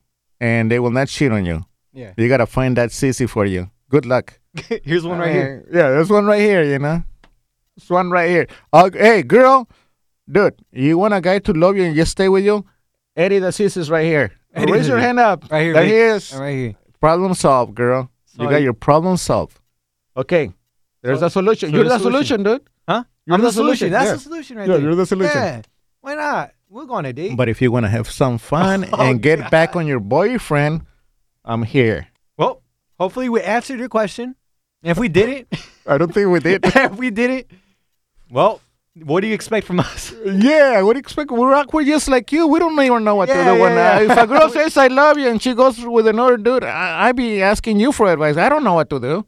Speaker 3: and they will not shit on you.
Speaker 1: Yeah.
Speaker 3: You gotta find that sissy for you. Good luck.
Speaker 1: [LAUGHS] Here's one right here.
Speaker 3: Uh, Yeah, there's one right here, you know. There's one right here. Uh, hey, girl, dude, you want a guy to love you and just stay with you? Eddie the sis is right here.
Speaker 1: Eddie
Speaker 3: Raise
Speaker 1: the
Speaker 3: your
Speaker 1: Sis.
Speaker 3: hand up.
Speaker 1: Right here,
Speaker 3: There
Speaker 1: Vic.
Speaker 3: he is.
Speaker 1: Right here.
Speaker 3: Problem solved, girl. You got
Speaker 1: Solved.
Speaker 3: your problem solved. Okay. There's
Speaker 1: So-
Speaker 3: a solution.
Speaker 1: so
Speaker 3: you're
Speaker 1: the
Speaker 3: the
Speaker 1: solution.
Speaker 3: solution, dude.
Speaker 1: Huh?
Speaker 3: You're
Speaker 1: I'm
Speaker 3: the
Speaker 1: the solution.
Speaker 3: solution,
Speaker 1: That's
Speaker 3: yeah.
Speaker 1: the solution right
Speaker 3: Yeah,
Speaker 1: there.
Speaker 3: you're the solution.
Speaker 1: Yeah. Why not? We'll go on
Speaker 3: [LAUGHS]
Speaker 1: a date.
Speaker 3: But if you want to have some [LAUGHS] fun and get back on your boyfriend, I'm here.
Speaker 1: Well, hopefully we answered your question. If we didn't, [LAUGHS]
Speaker 3: I don't think we [LAUGHS] did.
Speaker 1: if we didn't, well, what do you expect from us? [LAUGHS]
Speaker 3: Yeah, what do you expect? We're awkward just like you. We don't even know what
Speaker 1: Yeah,
Speaker 3: to do.
Speaker 1: yeah,
Speaker 3: when,
Speaker 1: yeah.
Speaker 3: uh, if a [LAUGHS] girl says I love you and she goes with another dude, I, I be asking you for advice. I don't know what to do.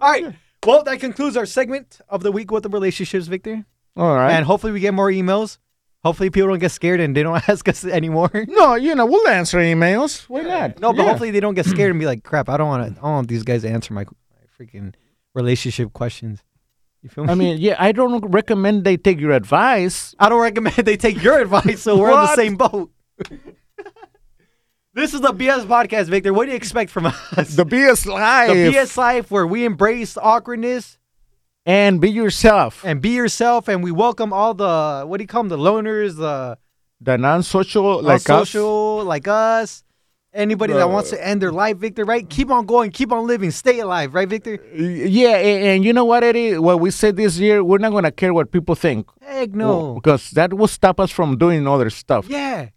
Speaker 1: All right. Well, that concludes our segment of the week with the relationships, Victor.
Speaker 3: All right.
Speaker 1: And hopefully we get more emails. Hopefully people don't get scared and they don't [LAUGHS] ask us anymore.
Speaker 3: no, you know we'll answer emails. Why not?
Speaker 1: No, but
Speaker 3: Yeah.
Speaker 1: hopefully they don't get scared and be like, "Crap, I don't want to. I don't want these guys to answer my, my freaking relationship questions." You feel me?
Speaker 3: I mean, yeah, I don't recommend they take your advice.
Speaker 1: I don't recommend [LAUGHS] they take your advice, so we're on the
Speaker 3: What?
Speaker 1: same boat. [LAUGHS] this is the BS podcast, Victor. What do you expect from us?
Speaker 3: The BS life.
Speaker 1: The BS life where we embrace awkwardness
Speaker 3: and be yourself.
Speaker 1: and be yourself, and we welcome all the what do you call them, the loners, the
Speaker 3: The non-social like us.
Speaker 1: social like us, anybody that wants to end their life, Victor. Right? Keep on going, keep on living, stay alive, right, Victor?
Speaker 3: Yeah, and, and you know what, Eddie? What we said this year, we're not gonna care what people think.
Speaker 1: Heck no.
Speaker 3: because that will stop us from doing other stuff.
Speaker 1: Yeah.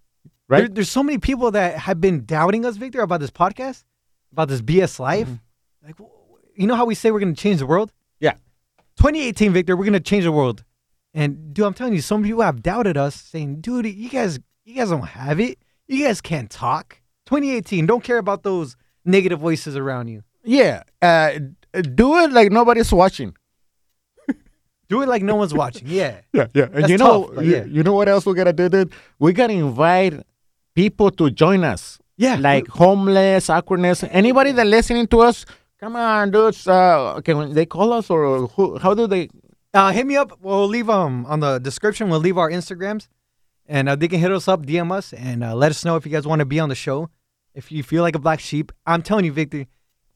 Speaker 3: Right?
Speaker 1: There, there's so many people that have been doubting us, Victor, about this podcast, about this BS life. Like, w- you know how we say we're going to change the world?
Speaker 3: Mm-hmm. Yeah.
Speaker 1: 2018, Victor, we're going to change the world. And dude, I'm telling you, some people have doubted us, saying, "Dude, you guys, you guys don't have it. You guys can't talk." 2018, don't care about those negative voices around you.
Speaker 3: Yeah, uh, d- do it like nobody's watching.
Speaker 1: Do it like no one's watching. Yeah.
Speaker 3: Yeah, yeah. And
Speaker 1: That's
Speaker 3: you know,
Speaker 1: tough, but
Speaker 3: you,
Speaker 1: yeah.
Speaker 3: you know what else we gotta do, dude? We gotta invite people to join us.
Speaker 1: Yeah.
Speaker 3: like homeless, awkwardness. Anybody that listening to us, come on, dudes. Uh, can they call us or who, how do they?
Speaker 1: Uh, hit me up. We'll leave um on the description. We'll leave our Instagrams, and uh, they can hit us up, DM us, and uh, let us know if you guys want to be on the show. If you feel like a black sheep, I'm telling you, Victor,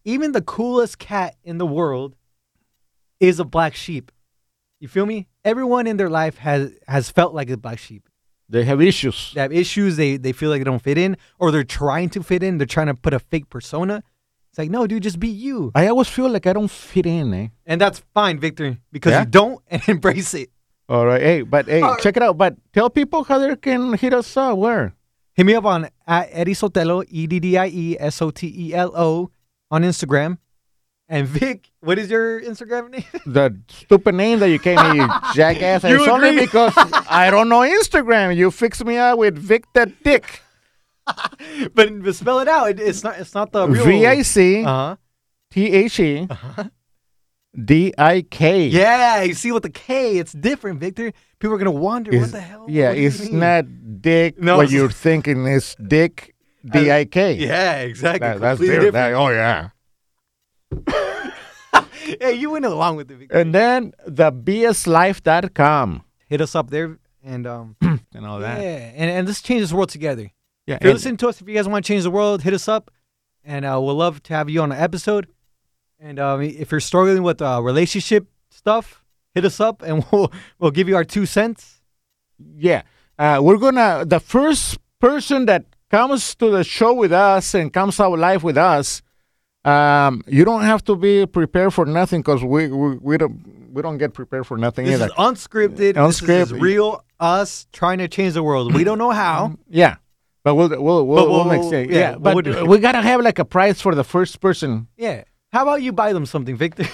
Speaker 1: even the coolest cat in the world is a black sheep. You feel me? Everyone in their life has has felt like a black sheep.
Speaker 3: They have issues.
Speaker 1: They have issues. They they feel like they don't fit in, or they're trying to fit in. They're trying to put a fake persona. It's like, no, dude, just be you,
Speaker 3: I always feel like I don't fit in, eh?
Speaker 1: and that's fine, Victor, because
Speaker 3: Yeah.
Speaker 1: you don't [LAUGHS] and embrace it.
Speaker 3: All right, hey, but hey, check it out. But tell people how they can hit us up. Where?
Speaker 1: Hit me up on at Eddie Sotelo, E D D I E S O T E L O, on Instagram. And Vic, what is your Instagram name? [LAUGHS]
Speaker 3: the stupid name that you gave me, you jackass.
Speaker 1: You
Speaker 3: it's only
Speaker 1: agree?
Speaker 3: because I don't know Instagram. You fixed me up with Victor Dick.
Speaker 1: but, but spell it out. It- it's not. It's not the real.
Speaker 3: V I C
Speaker 1: Uh-huh.
Speaker 3: T H E D I K.
Speaker 1: Yeah, you see with the K, it's different, Victor. People are gonna wonder what
Speaker 3: It's-
Speaker 1: the hell.
Speaker 3: Yeah,
Speaker 1: What do you
Speaker 3: it's
Speaker 1: mean?
Speaker 3: not dick
Speaker 1: No,
Speaker 3: what
Speaker 1: it's-
Speaker 3: you're thinking. It's dick D I K.
Speaker 1: [LAUGHS] Yeah, exactly.
Speaker 3: That- that's
Speaker 1: completely
Speaker 3: different. That- oh, yeah.
Speaker 1: [LAUGHS] Hey, you went along with it. Victor.
Speaker 3: And then the bslife.com
Speaker 1: Hit us up there and um
Speaker 3: and all
Speaker 1: yeah,
Speaker 3: Oh, that.
Speaker 1: and, and let's change this world together.
Speaker 3: Yeah.
Speaker 1: If you're
Speaker 3: and-
Speaker 1: listening to us, if you guys want to change the world, hit us up, and uh, we'll love to have you on an episode. And um, if you're struggling with uh, relationship stuff, hit us up, and [LAUGHS] we'll we'll give you our two cents.
Speaker 3: yeah. Uh, we're gonna the first person that comes to the show with us and comes out live with us. Um, you don't have to be prepared for nothing because we, we we don't we don't get prepared for nothing
Speaker 1: This
Speaker 3: either.
Speaker 1: is unscripted. This is
Speaker 3: Unscripted. Mm-hmm.
Speaker 1: real us trying to change the world. We don't
Speaker 3: [CLEARS THROAT]
Speaker 1: know how.
Speaker 3: Yeah. But we'll we'll we'll, we'll,
Speaker 1: we'll-
Speaker 3: make say,
Speaker 1: yeah,
Speaker 3: yeah,
Speaker 1: we'll
Speaker 3: But
Speaker 1: do it.
Speaker 3: we gotta have like a prize for the first person.
Speaker 1: Yeah. How about you buy them
Speaker 3: [CLEARS THROAT]
Speaker 1: something, Victor?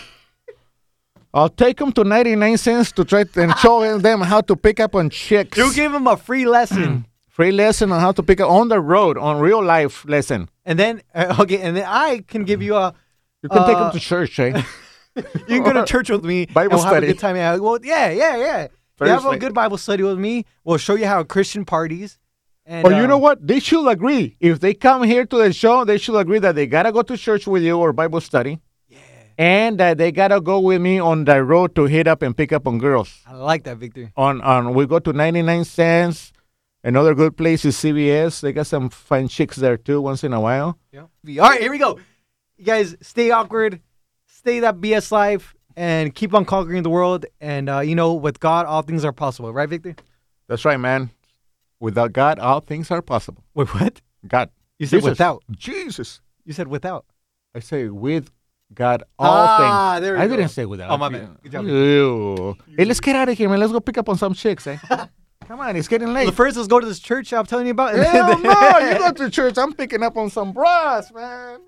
Speaker 3: I'll take them to ninety nine cents to try to, and show [LAUGHS] them how to pick up on chicks.
Speaker 1: You give them a free
Speaker 3: [CLEARS THROAT]
Speaker 1: lesson,
Speaker 3: Free lesson on how to pick up on the road on real life lesson.
Speaker 1: and then uh, okay, and then I can give you a.
Speaker 3: You can take 'em take them
Speaker 1: Uh,
Speaker 3: to church, eh?
Speaker 1: You can
Speaker 3: [LAUGHS]
Speaker 1: go to church with me.
Speaker 3: Bible
Speaker 1: and we'll have a
Speaker 3: study.
Speaker 1: good time. Yeah, well, yeah, yeah, yeah. You
Speaker 3: Very
Speaker 1: have a
Speaker 3: sweet.
Speaker 1: good Bible study with me. We'll show you how Christian parties. And,
Speaker 3: Or you know
Speaker 1: um,
Speaker 3: what? They should agree. If they come here to the show, they should agree that they gotta go to church with you or Bible study. And that they gotta go with me on the road to hit up and pick up on girls.
Speaker 1: I like that, Victor.
Speaker 3: On on we go to ninety nine cents. Another good place is CBS. They got some fine chicks there too once in a while.
Speaker 1: Yeah. All right, here we go. You guys stay awkward, stay that BS life, and keep on conquering the world. And uh, you know, with God, all things are possible, right, Victor?
Speaker 3: That's right, man. Without God, all things are possible.
Speaker 1: Wait, what?
Speaker 3: God.
Speaker 1: You said
Speaker 3: Jesus.
Speaker 1: without.
Speaker 3: Jesus.
Speaker 1: You said without.
Speaker 3: I say with God all
Speaker 1: Ah,
Speaker 3: things.
Speaker 1: there we
Speaker 3: I
Speaker 1: go.
Speaker 3: didn't say without.
Speaker 1: Oh, my bad. Good job.
Speaker 3: Ew. Hey, let's get out of here, man. Let's go pick up on some chicks,
Speaker 1: [LAUGHS]
Speaker 3: eh? Come on, it's getting late.
Speaker 1: The first is go to this church I'm telling you about. and
Speaker 3: Hell
Speaker 1: [LAUGHS] then-
Speaker 3: no, you go to church. I'm picking up on some bras, man.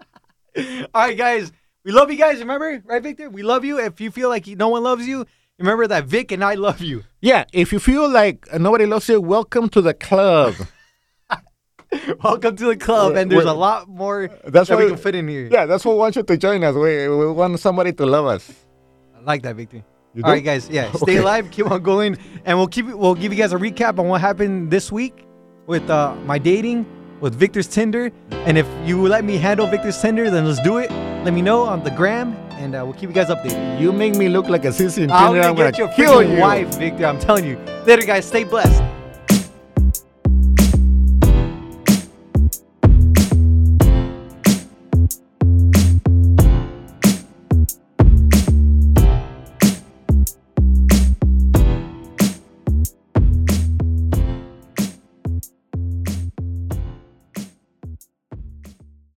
Speaker 1: [LAUGHS] All right, guys. We love you guys. Remember, right, Victor? We love you. If you feel like no one loves you, remember that Vic and I love
Speaker 3: [LAUGHS]
Speaker 1: you.
Speaker 3: Yeah, if you feel like nobody loves you, welcome to the club.
Speaker 1: Welcome to the club. And there's
Speaker 3: Wait.
Speaker 1: a lot more
Speaker 3: That's
Speaker 1: that
Speaker 3: why
Speaker 1: we can fit in here.
Speaker 3: [LAUGHS] Yeah, that's what we want you to join us. We, we want somebody to love us.
Speaker 1: I like that, Victor.
Speaker 3: You
Speaker 1: All
Speaker 3: do?
Speaker 1: right,
Speaker 3: [LAUGHS]
Speaker 1: guys. Yeah, stay
Speaker 3: Okay.
Speaker 1: alive. Keep on going, and we'll keep. We'll give you guys a recap on what happened this week with uh, my dating with Victor's Tinder. And if you will let me handle Victor's Tinder, then let's do it. Let me know on the gram, and uh, we'll keep you guys updated.
Speaker 3: You make me look like a sissy in
Speaker 1: I'm
Speaker 3: Tinder.
Speaker 1: gonna
Speaker 3: I'm gonna
Speaker 1: get your
Speaker 3: kill
Speaker 1: freaking
Speaker 3: you.
Speaker 1: wife, Victor. I'm telling you. Later, guys. Stay blessed.